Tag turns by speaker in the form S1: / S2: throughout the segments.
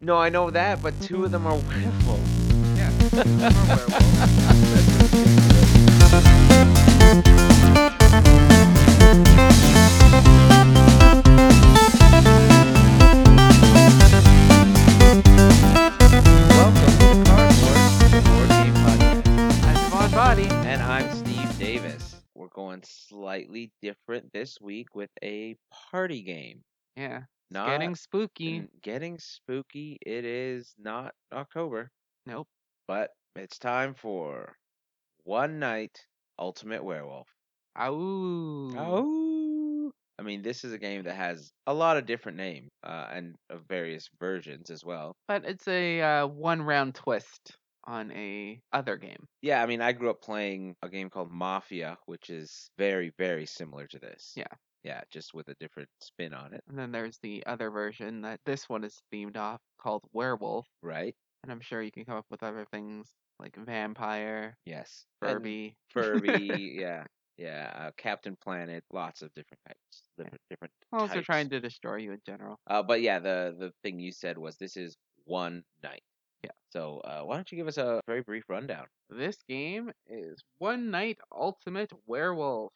S1: No, I know that, but two of them are werewolves.
S2: Yeah. I'm a werewolf. Welcome to the Cardboard Board Game Podcast.
S1: I'm Devon Body. And I'm Steve Davis. We're going slightly different this week with a party game.
S2: Yeah. it's
S1: Not
S2: Getting spooky.
S1: and getting spooky. It is not October,
S2: Nope.
S1: but it's time for One Night Ultimate Werewolf.
S2: Ow.
S1: Oh. I mean, this is a game that has a lot of different names uh, and of various versions as well.
S2: But it's a uh, one round twist on a other game.
S1: Yeah, I mean, I grew up playing a game called Mafia, which is very, very similar to this.
S2: Yeah.
S1: Yeah, just with a different spin on it,
S2: And then there's the other version that this one is themed off called Werewolf.
S1: right?
S2: And I'm sure you can come up with other things like vampire,
S1: Yes. And
S2: Furby.
S1: Furby, yeah. Yeah, uh, Captain Planet, lots of different types, different different
S2: As long as they're
S1: types.
S2: trying to destroy you in general.
S1: Uh, but yeah, the the thing you said was this is one night.
S2: Yeah.
S1: So uh, why don't you give us a very brief rundown?
S2: This game is One Night Ultimate Werewolf.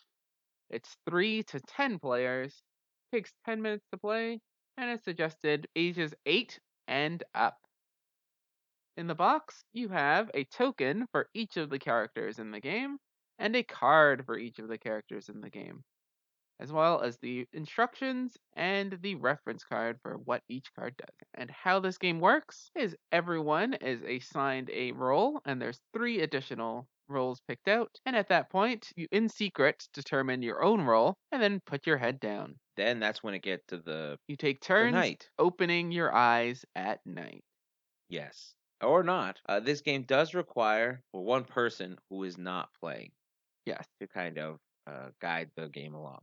S2: It's 3 to 10 players, takes 10 minutes to play, and it's suggested ages 8 and up. In the box, you have a token for each of the characters in the game, and a card for each of the characters in the game, as well as the instructions and the reference card for what each card does. And how this game works is everyone is assigned a role, and there's three additional roles picked out. And at that point, you in secret determine your own role and then put your head down.
S1: Then that's when it gets to the,
S2: You take
S1: the
S2: turns
S1: night.
S2: opening your eyes at night.
S1: Yes. Or not. Uh, this game does require for one person who is not playing
S2: Yes.
S1: to kind of uh, guide the game along.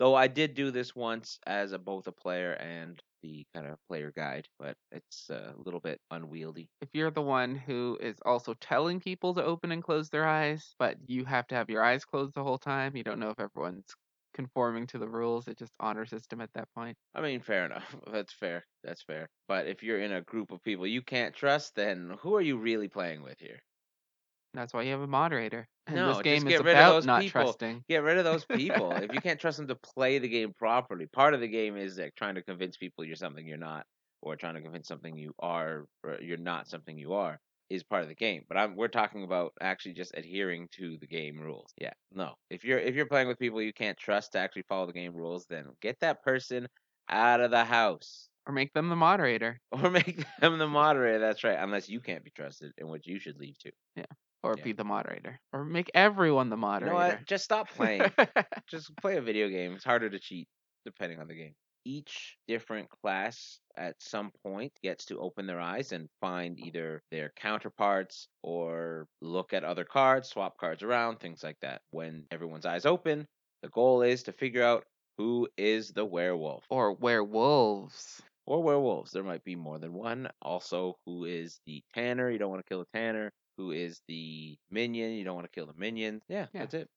S1: Though I did do this once as a, both a player and the kind of player guide, but it's uh, a little bit unwieldy.
S2: if you're the one who is also telling people to open and close their eyes, but you have to have your eyes closed the whole time, you don't know if everyone's conforming to the rules. It's just honor system at that point.
S1: I mean, fair enough. That's fair. That's fair. But if you're in a group of people you can't trust, then who are you really playing with here?
S2: That's why you have a moderator. And
S1: No,
S2: this
S1: just
S2: game
S1: get
S2: is
S1: rid of
S2: about
S1: those
S2: not
S1: people.
S2: trusting.
S1: Get rid of those people. if you can't trust them to play the game properly, part of the game is like trying to convince people you're something you're not, or trying to convince something you are, or you're not something you are, is part of the game. But I'm we're talking about actually just adhering to the game rules. Yeah, no. If you're if you're playing with people you can't trust to actually follow the game rules, then get that person out of the house.
S2: Or make them the moderator.
S1: Or make them the moderator. That's right. Unless you can't be trusted, in which you should leave too.
S2: Or
S1: Yeah.
S2: be the moderator. Or make everyone the
S1: You know what?
S2: moderator.
S1: Just stop playing. just play a video game. It's harder to cheat depending on the game. Each different class at some point gets to open their eyes and find either their counterparts or look at other cards, swap cards around, things like that. When everyone's eyes open, the goal is to figure out who is the werewolf
S2: or werewolves.
S1: or werewolves. There might be more than one. Also, who is the tanner? You don't want to kill the tanner. Who is the minion? You don't want to kill the minion. Yeah,
S2: Yeah.
S1: that's it.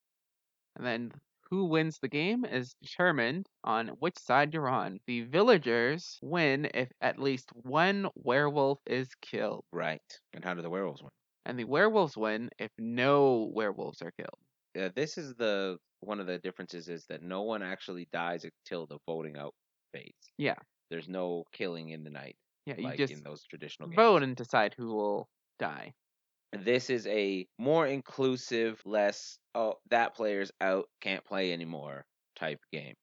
S2: And then who wins the game is determined on which side you're on. The villagers win if at least one werewolf is killed,
S1: Right. And how do the werewolves win?
S2: and the werewolves win if no werewolves are killed.
S1: uh, this is the one of the differences is that no one actually dies until the voting out phase.
S2: Yeah.
S1: There's no killing in the night
S2: Yeah, you
S1: like
S2: just
S1: in those traditional games.
S2: vote and decide who will die.
S1: This is a more inclusive, less oh that player's out, can't play anymore type game.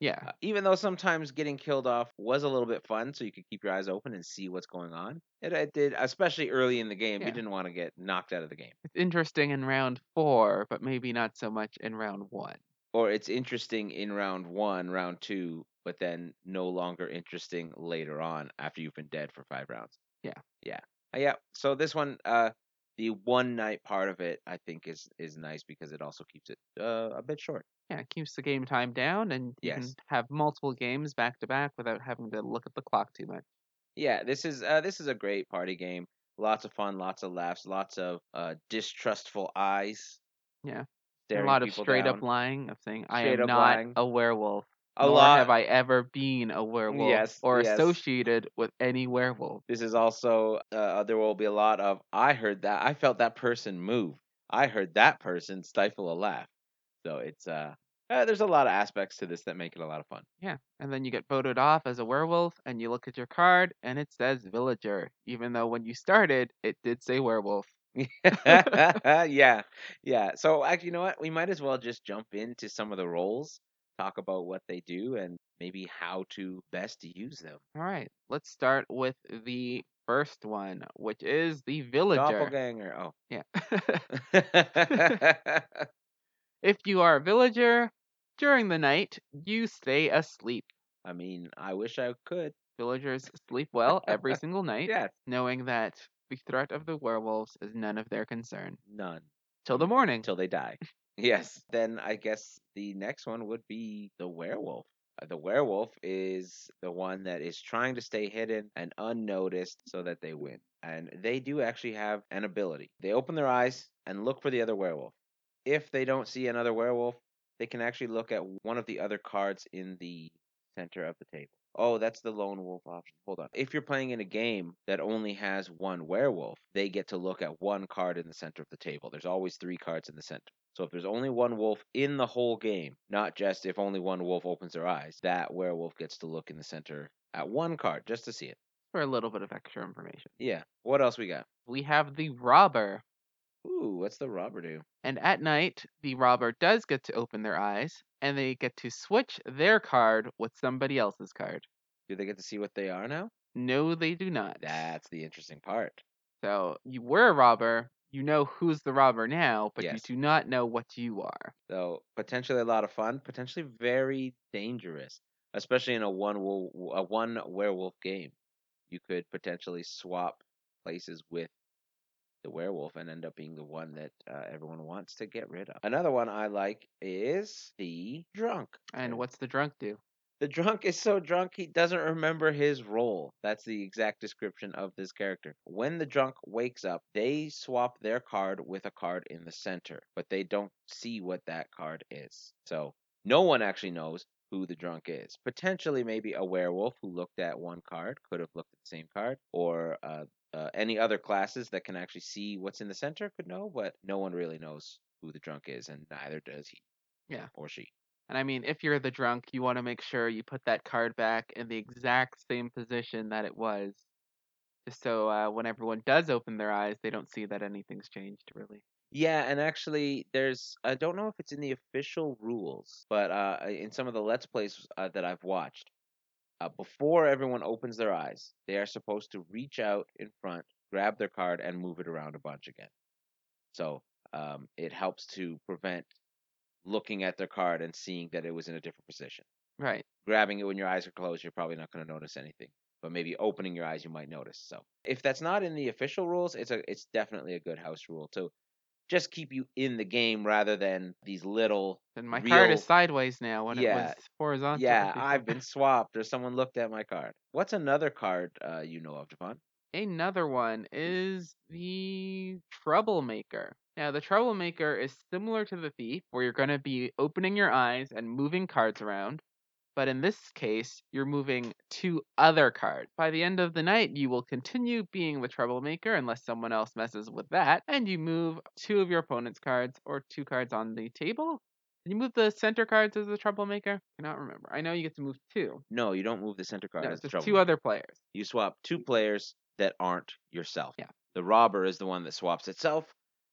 S2: Yeah,
S1: Uh, even though sometimes getting killed off was a little bit fun, so you could keep your eyes open and see what's going on. It, it did, especially early in the game.
S2: Yeah.
S1: You didn't want to get knocked out of the game.
S2: it's interesting in round four, but maybe not so much in round one.
S1: or it's interesting in round one, round two, but then no longer interesting later on after you've been dead for five rounds.
S2: Yeah.
S1: Yeah. Uh, yeah. So this one, uh, the one night part of it, I think is is nice because it also keeps it uh, a bit short.
S2: Yeah, it keeps the game time down, and you
S1: Yes.
S2: can have multiple games back to back without having to look at the clock too much.
S1: Yeah. This is uh, this is a great party game. Lots of fun, lots of laughs, lots of uh, distrustful eyes.
S2: Yeah. And
S1: staring
S2: a lot of
S1: people
S2: straight
S1: down.
S2: up lying of saying I
S1: Straight
S2: am
S1: up
S2: not
S1: lying.
S2: a werewolf.
S1: A
S2: nor
S1: lot.
S2: have I ever been a werewolf
S1: Yes,
S2: or
S1: yes.
S2: associated with any werewolf.
S1: This is also uh, there will be a lot of I heard that I felt that person move. I heard that person stifle a laugh. So it's uh, uh there's a lot of aspects to this that make it a lot of fun.
S2: And then you get voted off as a werewolf, and you look at your card, and it says villager, even though when you started, it did say werewolf.
S1: yeah, yeah. So actually, you know what? We might as well just jump into some of the roles, talk about what they do, and maybe how to best use them.
S2: All right, let's start with the first one, which is the villager.
S1: Doppelganger. Oh.
S2: Yeah. if you are a villager, during the night, you stay asleep.
S1: I mean, I wish I could.
S2: Villagers sleep well every single night,
S1: Yes.
S2: knowing that the threat of the werewolves is none of their concern.
S1: None.
S2: Till
S1: Mm-hmm.
S2: the morning.
S1: until they die. yes. Then I guess the next one would be the werewolf. Uh, The werewolf is the one that is trying to stay hidden and unnoticed so that they win. And they do actually have an ability. They open their eyes and look for the other werewolf. If they don't see another werewolf, they can actually look at one of the other cards in the center of the table. Oh, that's the lone wolf option. Hold on. If you're playing in a game that only has one werewolf, they get to look at one card in the center of the table. There's always three cards in the center. So if there's only one wolf in the whole game, not just if only one wolf opens their eyes, that werewolf gets to look in the center at one card just to see it.
S2: For a little bit of extra information,
S1: Yeah. What else we got?
S2: we have the robber.
S1: Ooh, what's the robber do?
S2: And at night, the robber does get to open their eyes, and they get to switch their card with somebody else's card.
S1: Do they get to see what they are now?
S2: No, they do not.
S1: That's the interesting part.
S2: So you were a robber. You know who's the robber now, but you
S1: Yes.
S2: do not know what you are.
S1: So potentially a lot of fun, potentially very dangerous, especially in a one wo- a one werewolf game. You could potentially swap places with the werewolf and end up being the one that uh, everyone wants to get rid of. Another one I like is the drunk.
S2: And
S1: Uh,
S2: what's the drunk do?
S1: the drunk is so drunk he doesn't remember his role. That's the exact description of this character. When the drunk wakes up, they swap their card with a card in the center, but they don't see what that card is. So no one actually knows who the drunk is. Potentially, maybe a werewolf who looked at one card could have looked at the same card, or uh, uh, any other classes that can actually see what's in the center could know, but no one really knows who the drunk is, and neither does he.
S2: Yeah.
S1: Or she.
S2: And I mean, if you're the drunk, you want to make sure you put that card back in the exact same position that it was. Just so uh, when everyone does open their eyes, they don't see that anything's changed, really.
S1: Yeah, and actually, there's I don't know if it's in the official rules, but uh, in some of the let's plays uh, that I've watched, uh, before everyone opens their eyes, they are supposed to reach out in front, grab their card, and move it around a bunch again. So um, it helps to prevent looking at their card and seeing that it was in a different position.
S2: Right.
S1: Grabbing it when your eyes are closed, you're probably not going to notice anything, but maybe opening your eyes, you might notice. So if that's not in the official rules, it's a it's definitely a good house rule to just keep you in the game rather than these little
S2: And my card
S1: Real-
S2: is sideways now when
S1: Yeah.
S2: it was horizontal.
S1: yeah
S2: before.
S1: I've been swapped or someone looked at my card. What's another card uh, you know of, Devon?
S2: Another one is the troublemaker. Now, the troublemaker is similar to the thief, where you're going to be opening your eyes and moving cards around. But in this case, you're moving two other cards. By the end of the night, you will continue being the troublemaker unless someone else messes with that, and you move two of your opponent's cards or two cards on the table. Can you move the center cards as the troublemaker? cannot remember. I know you get to move two.
S1: No, you don't move the center card.
S2: No,
S1: as the
S2: just
S1: trouble.
S2: two other players.
S1: You swap two players that aren't yourself.
S2: Yeah.
S1: The robber is the one that swaps itself,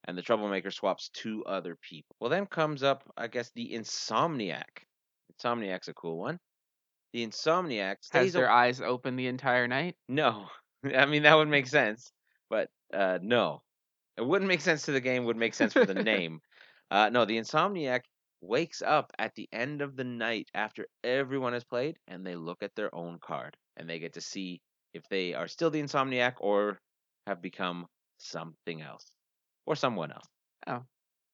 S1: and the troublemaker swaps two other people. Well, then comes up, I guess, the insomniac. Insomniac's a cool one. The insomniac
S2: Has
S1: stays
S2: their
S1: aw-
S2: eyes open the entire night?
S1: No, I mean that would make sense, but uh, no, it wouldn't make sense to the game. Would make sense for the name. Uh, no, the insomniac wakes up at the end of the night after everyone has played, and they look at their own card, and they get to see if they are still the insomniac or have become something else or someone else.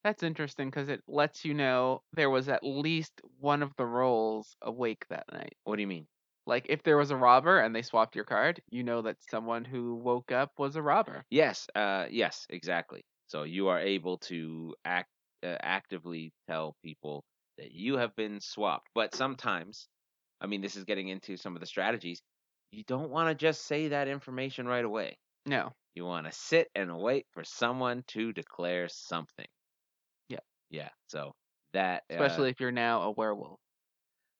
S2: That's interesting because it lets you know there was at least one of the roles awake that night.
S1: What do you mean?
S2: Like if there was a robber and they swapped your card, you know that someone who woke up was a robber.
S1: Yes, uh, yes, exactly. So you are able to act uh, actively tell people that you have been swapped, but sometimes I mean, this is getting into some of the strategies. You don't want to just say that information right away.
S2: No.
S1: You want to sit and wait for someone to declare something.
S2: Yeah.
S1: Yeah. So that uh,
S2: Especially if you're now a werewolf.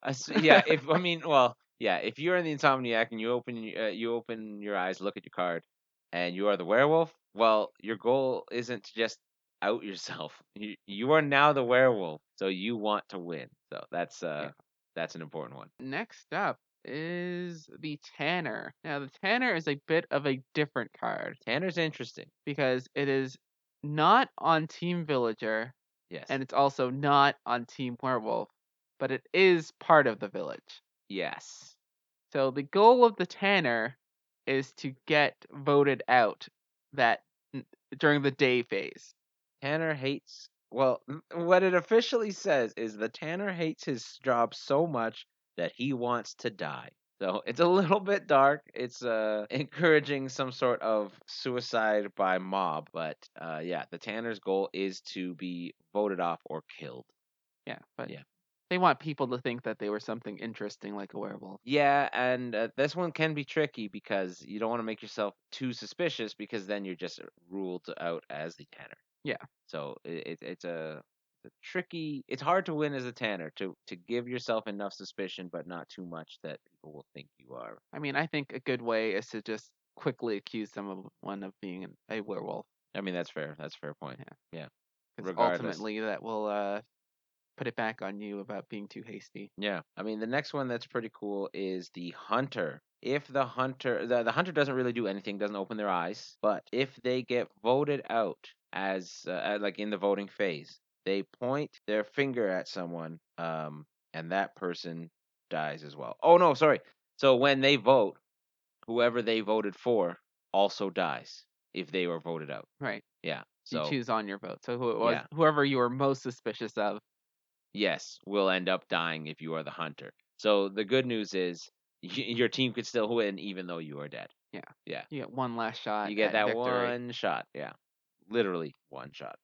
S1: I s- yeah, if I mean, well, yeah, if you're in the insomniac and you open y- uh, you open your eyes, look at your card, and you are the werewolf, well, your goal isn't to just out yourself. You you are now the werewolf, so you want to win. So that's uh that's an important one.
S2: Next up is the Tanner. Now, the Tanner is a bit of a different card
S1: Tanner's interesting.
S2: because it is not on Team Villager
S1: Yes.
S2: and it's also not on Team Werewolf, but it is part of the village.
S1: yes.
S2: So the goal of the Tanner is to get voted out that during the day phase.
S1: Tanner hates. Well, n- what it officially says is the Tanner hates his job so much that he wants to die. So it's a little bit dark. It's uh, encouraging some sort of suicide by mob, but uh, yeah, the Tanner's goal is to be voted off or killed.
S2: Yeah, but
S1: Yeah.
S2: they want people to think that they were something interesting like a werewolf.
S1: Yeah, and uh, this one can be tricky because you don't want to make yourself too suspicious because then you're just uh, ruled out as the tanner.
S2: Yeah.
S1: So i- it, it's a, a tricky. It's hard to win as a tanner to to give yourself enough suspicion but not too much that people will think you are.
S2: I mean, I think a good way is to just quickly accuse someone of being an- a werewolf
S1: I mean that's fair. That's a fair point.
S2: because
S1: Regardless.
S2: ultimately that will uh, put it back on you about being too hasty.
S1: Yeah. I mean, the next one that's pretty cool is the hunter. If the hunter, the, the hunter doesn't really do anything, doesn't open their eyes, but if they get voted out as, uh, uh, like in the voting phase, they point their finger at someone, um, and that person dies as well. Oh no, sorry. So when they vote, whoever they voted for also dies if they were voted out.
S2: Right.
S1: Yeah.
S2: So
S1: So
S2: you choose on your vote. So who it was,
S1: Yeah.
S2: whoever you were most suspicious of.
S1: yes, will end up dying if you are the hunter. So the good news is y- your team could still win even though you are dead.
S2: You get one last shot.
S1: You get that
S2: at victory.
S1: one shot. Yeah. Literally one shot.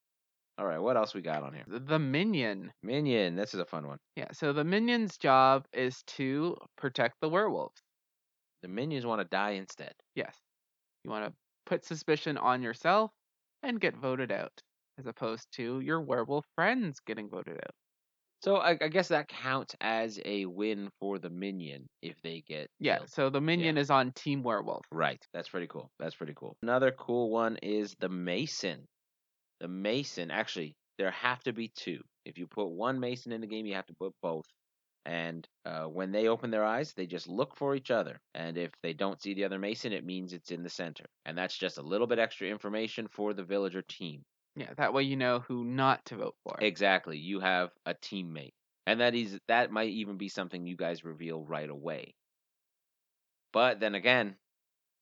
S1: All right, what else we got on here?
S2: The minion.
S1: Minion, this is a fun one.
S2: Yeah, so the minion's job is to protect the werewolves.
S1: The minions want to die instead.
S2: Yes. You want to put suspicion on yourself and get voted out, as opposed to your werewolf friends getting voted out.
S1: So I, I guess that counts as a win for the minion if they get
S2: Yeah,
S1: killed.
S2: so the minion is on Team Werewolf.
S1: Right. That's pretty cool. That's pretty cool. Another cool one is the Mason. The Mason, actually, there have to be two. If you put one Mason in the game, you have to put both. And uh, when they open their eyes, they just look for each other. And if they don't see the other Mason, it means it's in the center. And that's just a little bit extra information for the villager team.
S2: Yeah, that way you know who not to vote for.
S1: Exactly. You have a teammate. And that is that might even be something you guys reveal right away. But then again,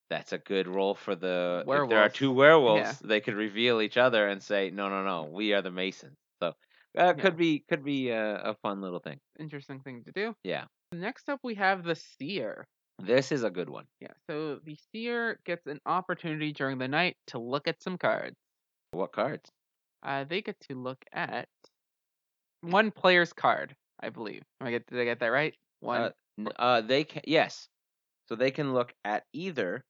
S1: that's a good role for the if there are
S2: Werewolf.
S1: two werewolves, they could reveal each other and say, "No, no, no, we are the Masons." So uh, could be could be uh, a, a fun little thing.
S2: Interesting thing to do.
S1: Yeah.
S2: Next up, we have the Seer.
S1: This is a good one.
S2: Yeah, so the Seer gets an opportunity during the night to look at some cards.
S1: What cards?
S2: Uh, they get to look at one player's card, I believe. Am I get, did I get that right? One.
S1: Uh, n- uh, they can yes, so they can look at either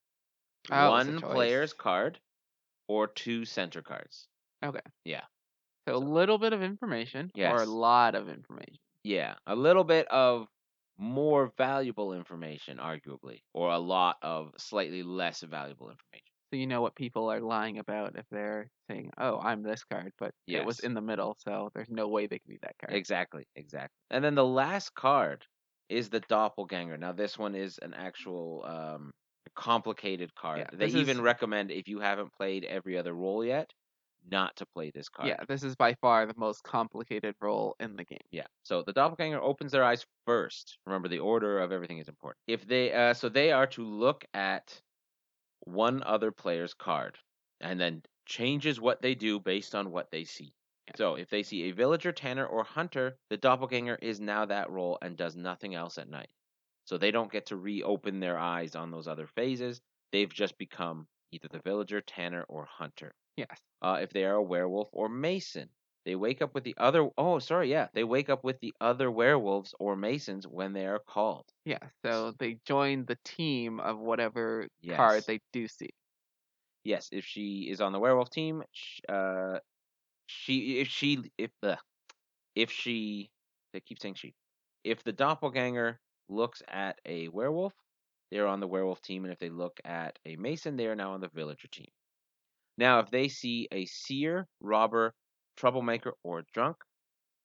S2: Oh, it's a
S1: one
S2: choice.
S1: player's card or two center cards.
S2: so a little bit of information, or a
S1: Yes.
S2: lot of information.
S1: Yeah, a little bit of more valuable information, arguably, or a lot of slightly less valuable information.
S2: So you know what people are lying about if they're saying, "Oh, I'm this card," but it was
S1: Yes.
S2: in the middle, so there's no way they could be that card.
S1: Exactly, exactly. And then the last card is the doppelganger. Now this one is an actual um complicated card.
S2: Yeah,
S1: they
S2: this
S1: even
S2: is-
S1: recommend if you haven't played every other role yet, not to play this card.
S2: yeah, this is by far the most complicated role in the game.
S1: Yeah. So the doppelganger opens their eyes first. Remember the order of everything is important. If they uh so they are to look at one other player's card and then changes what they do based on what they see.
S2: Yeah.
S1: So if they see a villager, tanner, or hunter, the doppelganger is now that role and does nothing else at night. So they don't get to reopen their eyes on those other phases. They've just become either the villager, tanner, or hunter
S2: Yes.
S1: uh, if they are a werewolf or mason. They wake up with the other. Oh, sorry. Yeah, they wake up with the other werewolves or masons when they are called.
S2: Yeah, so they join the team of whatever card
S1: Yes.
S2: they do see.
S1: Yes, if she is on the werewolf team, sh- uh, she if she if the if she they keep saying she if the doppelganger looks at a werewolf, they're on the werewolf team, and if they look at a mason, they are now on the villager team. Now, if they see a seer, robber, troublemaker, or drunk,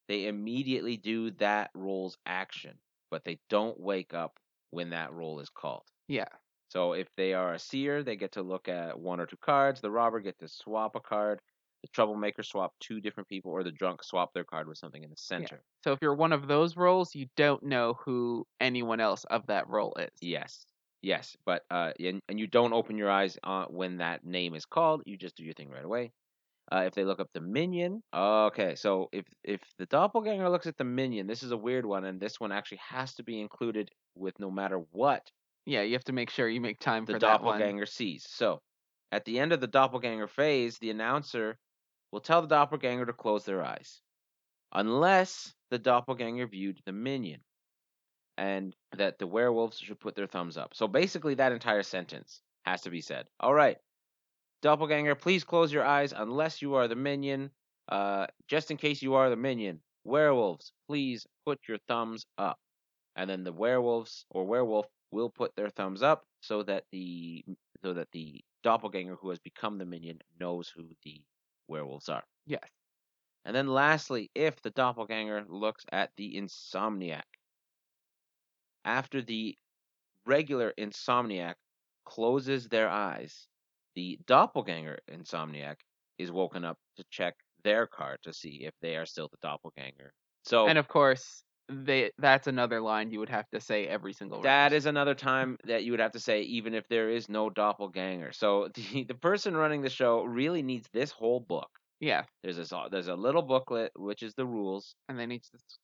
S1: they immediately do that role's action, but they don't wake up when that role is called.
S2: Yeah.
S1: So if they are a seer, they get to look at one or two cards. The robber gets to swap a card. The troublemaker swap two different people, or the drunk swap their card with something in the center.
S2: So if you're one of those roles, you don't know who anyone else of that role is.
S1: Yes, yes, but uh, and, and you don't open your eyes uh, when that name is called. You just do your thing right away. Uh, if they look up the minion, okay. So if if the doppelganger looks at the minion, this is a weird one, and this one actually has to be included with no matter what
S2: Yeah, you have to make sure you make time
S1: the
S2: for that one.
S1: doppelganger sees. So, at the end of the doppelganger phase, the announcer will tell the doppelganger to close their eyes, unless the doppelganger viewed the minion, and that the werewolves should put their thumbs up. So basically, that entire sentence has to be said. All right, doppelganger, please close your eyes unless you are the minion. Uh, just in case you are the minion, werewolves, please put your thumbs up and then the werewolves or werewolf will put their thumbs up so that the so that the doppelganger who has become the minion knows who the werewolves are.
S2: Yes.
S1: And then lastly, if the doppelganger looks at the insomniac after the regular insomniac closes their eyes, the doppelganger insomniac is woken up to check their card to see if they are still the doppelganger. So
S2: And of course, they that's another line you would have to say every single round.
S1: That is another time that you would have to say, even if there is no doppelganger. So the, the person running the show really needs this whole book.
S2: Yeah,
S1: There's this, uh, there's a little booklet which is the rules.
S2: and they need to s-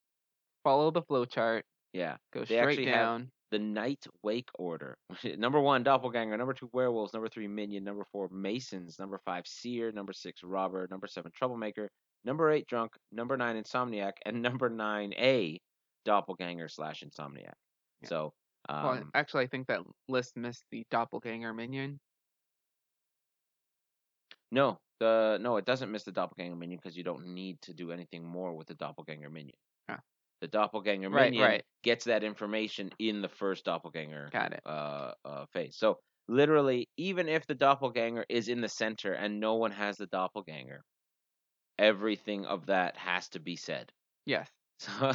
S2: follow the flowchart,
S1: Yeah,
S2: go
S1: They
S2: straight
S1: actually have-
S2: down.
S1: the night wake order. number one, doppelganger. Number two, werewolves. Number three, minion. Number four, masons. Number five, seer. Number six, robber. Number seven, troublemaker. Number eight, drunk. Number nine, insomniac. And number nine, a doppelganger slash insomniac.
S2: Yeah.
S1: So um,
S2: well, actually, I think that list missed the doppelganger minion.
S1: No, the no, it doesn't miss the doppelganger minion because you don't need to do anything more with the doppelganger minion.
S2: Oh.
S1: The doppelganger
S2: Right,
S1: minion
S2: right.
S1: gets that information in the first doppelganger
S2: Got it.
S1: uh, uh, phase. So literally, even if the doppelganger is in the center and no one has the doppelganger, everything of that has to be said.
S2: Yes.
S1: So,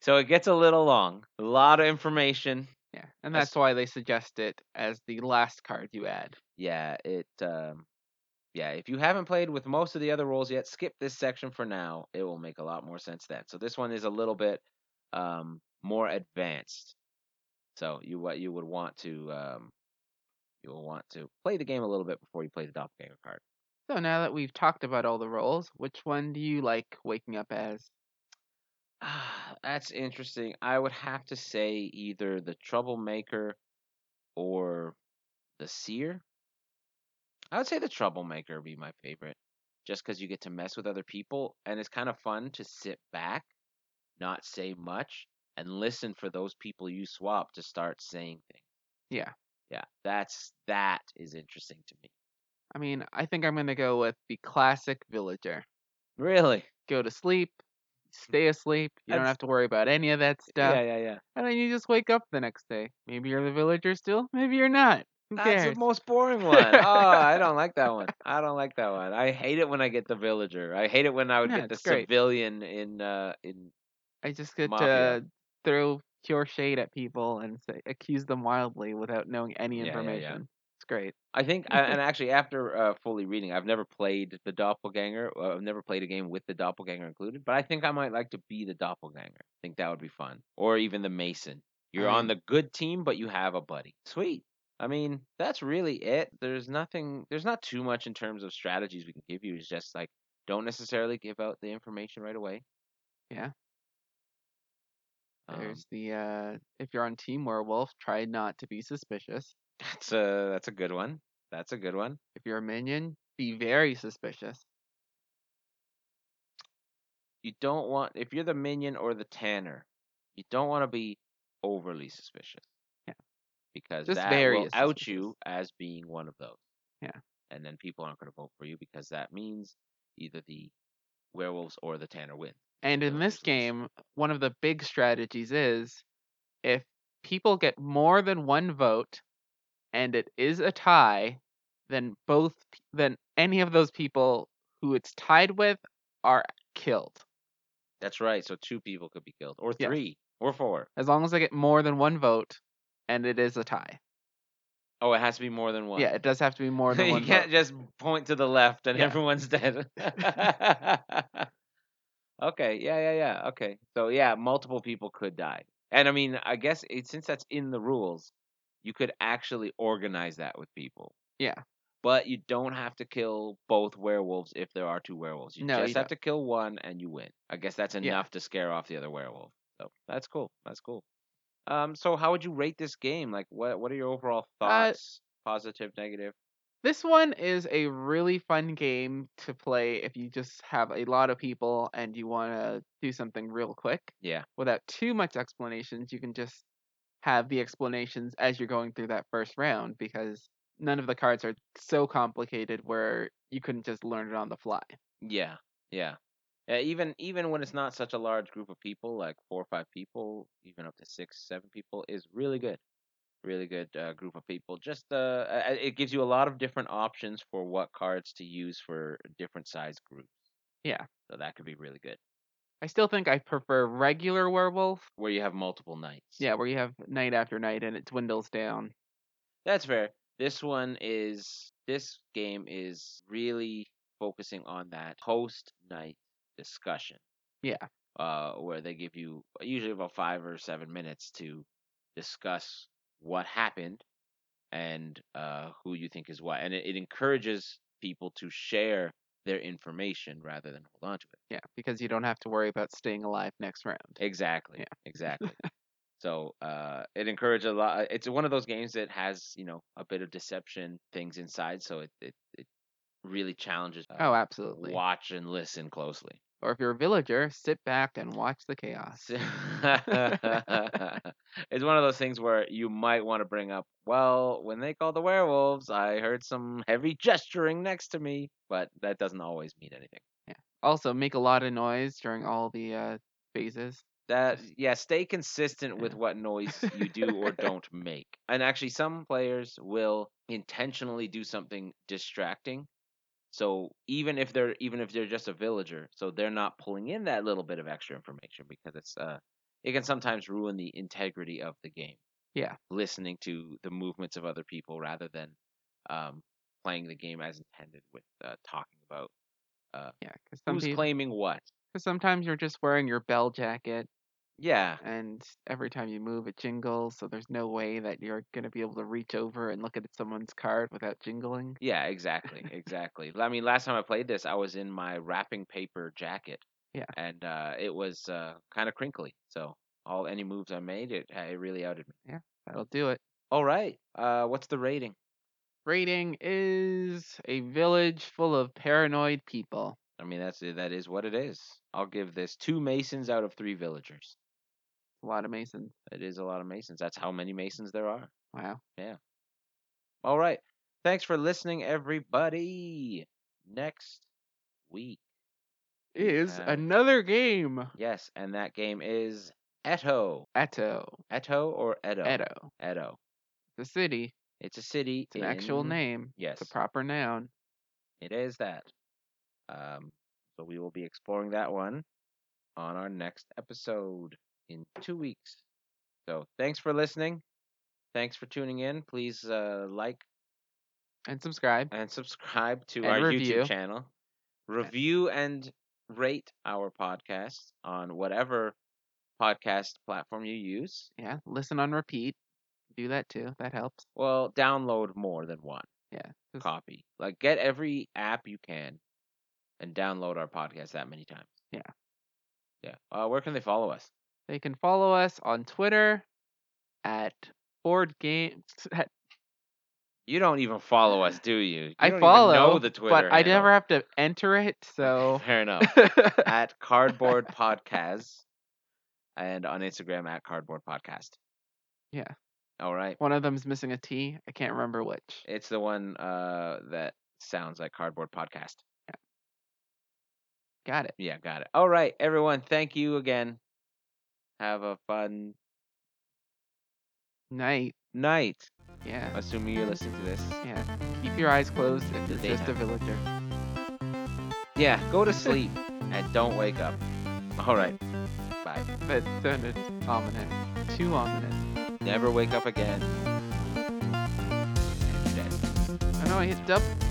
S1: so it gets a little long, a lot of information.
S2: Yeah, and
S1: That's-
S2: that's why they suggest it as the last card you add.
S1: yeah, it um yeah, if you haven't played with most of the other roles yet, skip this section for now. It will make a lot more sense then. So this one is a little bit um more advanced. So you what you would want to um you will want to play the game a little bit before you play the doppelganger card.
S2: So now that we've talked about all the roles, which one do you like waking up as?
S1: Ah, that's interesting. I would have to say either the troublemaker or the seer. I would say the troublemaker would be my favorite, just because you get to mess with other people, and it's kind of fun to sit back, not say much, and listen for those people you swap to start saying things.
S2: Yeah.
S1: Yeah, that's that is interesting to me.
S2: I mean, I think I'm gonna go with the classic villager.
S1: Really?
S2: Go to sleep, stay asleep. You don't
S1: Mm. That's-
S2: have to worry about any of that stuff.
S1: Yeah, yeah, yeah.
S2: and then you just wake up the next day. Maybe you're the villager still, maybe you're not. Who
S1: That's
S2: cares?
S1: the most boring one. Oh, I don't like that one. I don't like that one. I hate it when I get the villager. I hate it when I would
S2: No,
S1: get the
S2: it's great.
S1: civilian in uh in
S2: I just get
S1: Mafia.
S2: to throw pure shade at people and say, accuse them wildly without knowing any
S1: Yeah, yeah, yeah.
S2: information. It's great.
S1: I think, I- and actually, after uh, fully reading, I've never played the doppelganger. Uh, I've never played a game with the doppelganger included, but I think I might like to be the doppelganger. I think that would be fun, or even the mason. You're on
S2: mean-
S1: the good team, but you have a buddy. Sweet. I mean, that's really it. There's nothing. There's not too much in terms of strategies we can give you. It's just like don't necessarily give out the information right away.
S2: Yeah.
S1: Um,
S2: There's the uh if you're on Team Werewolf, try not to be suspicious.
S1: that's a that's a good one. That's a good one.
S2: If you're a minion, be very suspicious.
S1: you don't want if you're the minion or the tanner, you don't want to be overly suspicious.
S2: Yeah.
S1: Because
S2: Just
S1: that
S2: very
S1: will out
S2: suspicious.
S1: you as being one of those.
S2: Yeah.
S1: And then people aren't going to vote for you because that means either the werewolves or the tanner win.
S2: And in
S1: Yeah,
S2: this
S1: it's-
S2: game, one of the big strategies is if people get more than one vote and it is a tie, then both p- then any of those people who it's tied with are killed.
S1: That's right. So two people could be killed, or
S2: Yeah.
S1: three, or four.
S2: As long as they get more than one vote and it is a tie.
S1: Oh, it has to be more than one.
S2: Yeah, it does have to be more than
S1: you
S2: one
S1: can't
S2: vote.
S1: just point to the left and
S2: Yeah.
S1: everyone's dead. okay, yeah, yeah, yeah. Okay, so yeah, multiple people could die, and I mean, I guess it, since that's in the rules, you could actually organize that with people.
S2: Yeah.
S1: but you don't have to kill both werewolves if there are two werewolves. You
S2: No,
S1: just
S2: you
S1: have to kill one and you win. I guess that's
S2: Yeah.
S1: enough to scare off the other werewolf. So that's cool. That's cool. Um, so how would you rate this game? Like, what what are your overall
S2: Uh,
S1: thoughts? Positive, negative?
S2: This one is a really fun game to play if you just have a lot of people and you want to do something real quick.
S1: Yeah.
S2: Without too much explanations, you can just have the explanations as you're going through that first round because none of the cards are so complicated where you couldn't just learn it on the fly.
S1: Yeah, yeah. Uh, even even when it's not such a large group of people, like four or five people, even up to six, seven people, is really good. Really good uh, group of people. Just uh, uh, uh, it gives you a lot of different options for what cards to use for different size groups.
S2: Yeah.
S1: So that could be really good.
S2: I still think I prefer regular werewolf.
S1: Where you have multiple knights.
S2: Yeah, where you have night after night and it dwindles down.
S1: That's fair. This one is this game is really focusing on that host night discussion.
S2: Yeah.
S1: Uh, where they give you usually about five or seven minutes to discuss what happened and uh, who you think is what, and it, it encourages people to share their information rather than hold on to it.
S2: Yeah, because you don't have to worry about staying alive next round.
S1: Exactly.
S2: Yeah.
S1: Exactly. So uh, it encourages a lot. It's one of those games that has you know a bit of deception things inside, so it it, it really challenges. Uh,
S2: Oh, absolutely.
S1: Watch and listen closely.
S2: Or if you're a villager, sit back and watch the chaos.
S1: So- it's one of those things where you might want to bring up. Well, when they called the werewolves, I heard some heavy gesturing next to me, but that doesn't always mean anything.
S2: Also, make a lot of noise during all the uh, phases.
S1: That
S2: Just-
S1: yeah, stay consistent with
S2: Yeah.
S1: what noise you do or don't make. And actually some players will intentionally do something distracting. So even if they're even if they're just a villager, so they're not pulling in that little bit of extra information because it's uh it can sometimes ruin the integrity of the game.
S2: Yeah.
S1: Listening to the movements of other people rather than um playing the game as intended with uh, talking about
S2: Yeah, because
S1: who's claiming what.
S2: sometimes you're just wearing your bell jacket,
S1: Yeah.
S2: and every time you move, it jingles. So there's no way that you're gonna be able to reach over and look at someone's card without jingling.
S1: Yeah, exactly, exactly. I mean, last time I played this, I was in my wrapping paper jacket.
S2: Yeah.
S1: And uh, it was uh, kind of crinkly. So all any moves I made, it uh, it really outed me.
S2: That'll do it.
S1: All right. Uh, what's the rating?
S2: Rating is a village full of paranoid people.
S1: I mean, that's uh, that is what it is. I'll give this two masons out of three villagers.
S2: A lot of masons.
S1: It is a lot of masons. That's how many masons there are.
S2: Wow.
S1: All right. Thanks for listening, everybody. Next week. we
S2: Is
S1: have-
S2: another game.
S1: Yes, and that game is Eto.
S2: Eto.
S1: Eto or Edo?
S2: Edo.
S1: Edo.
S2: The city.
S1: It's a city.
S2: It's an actual
S1: in-
S2: name.
S1: Yes,
S2: It's a proper noun.
S1: it is that. Um, so we will be exploring that one on our next episode in two weeks. So thanks for listening. Thanks for tuning in. Please uh, like
S2: and subscribe.
S1: and subscribe to
S2: And
S1: our
S2: review.
S1: YouTube channel. Review and rate our podcast on whatever podcast platform you use.
S2: Yeah, listen on repeat. Do that too. That helps.
S1: Well, download more than one.
S2: Yeah. 'cause-
S1: copy. Like get every app you can and download our podcast that many times.
S2: Yeah.
S1: Yeah. Uh, where can they follow us?
S2: They can follow us on Twitter at board games at
S1: You don't even follow us, do you? You
S2: I
S1: don't even
S2: follow,
S1: know the Twitter
S2: but I
S1: handle.
S2: never have to enter it, so.
S1: Fair enough. at Cardboard Podcast and on Instagram at Cardboard Podcast.
S2: Yeah.
S1: All right.
S2: One of them's missing a T. I can't remember which.
S1: It's the one uh, that sounds like Cardboard Podcast.
S2: Got it.
S1: Yeah, got it. All right, everyone. Thank you again. Have a fun
S2: Night.
S1: night.
S2: Yeah.
S1: Assuming you're listening to this.
S2: Yeah. Keep your eyes closed if it's just a
S1: Daytime.
S2: villager.
S1: Yeah, go to sleep and don't wake up. All right. Bye.
S2: That sounded ominous. Too ominous.
S1: Never wake up again. And you're dead.
S2: Oh no, I hit dub.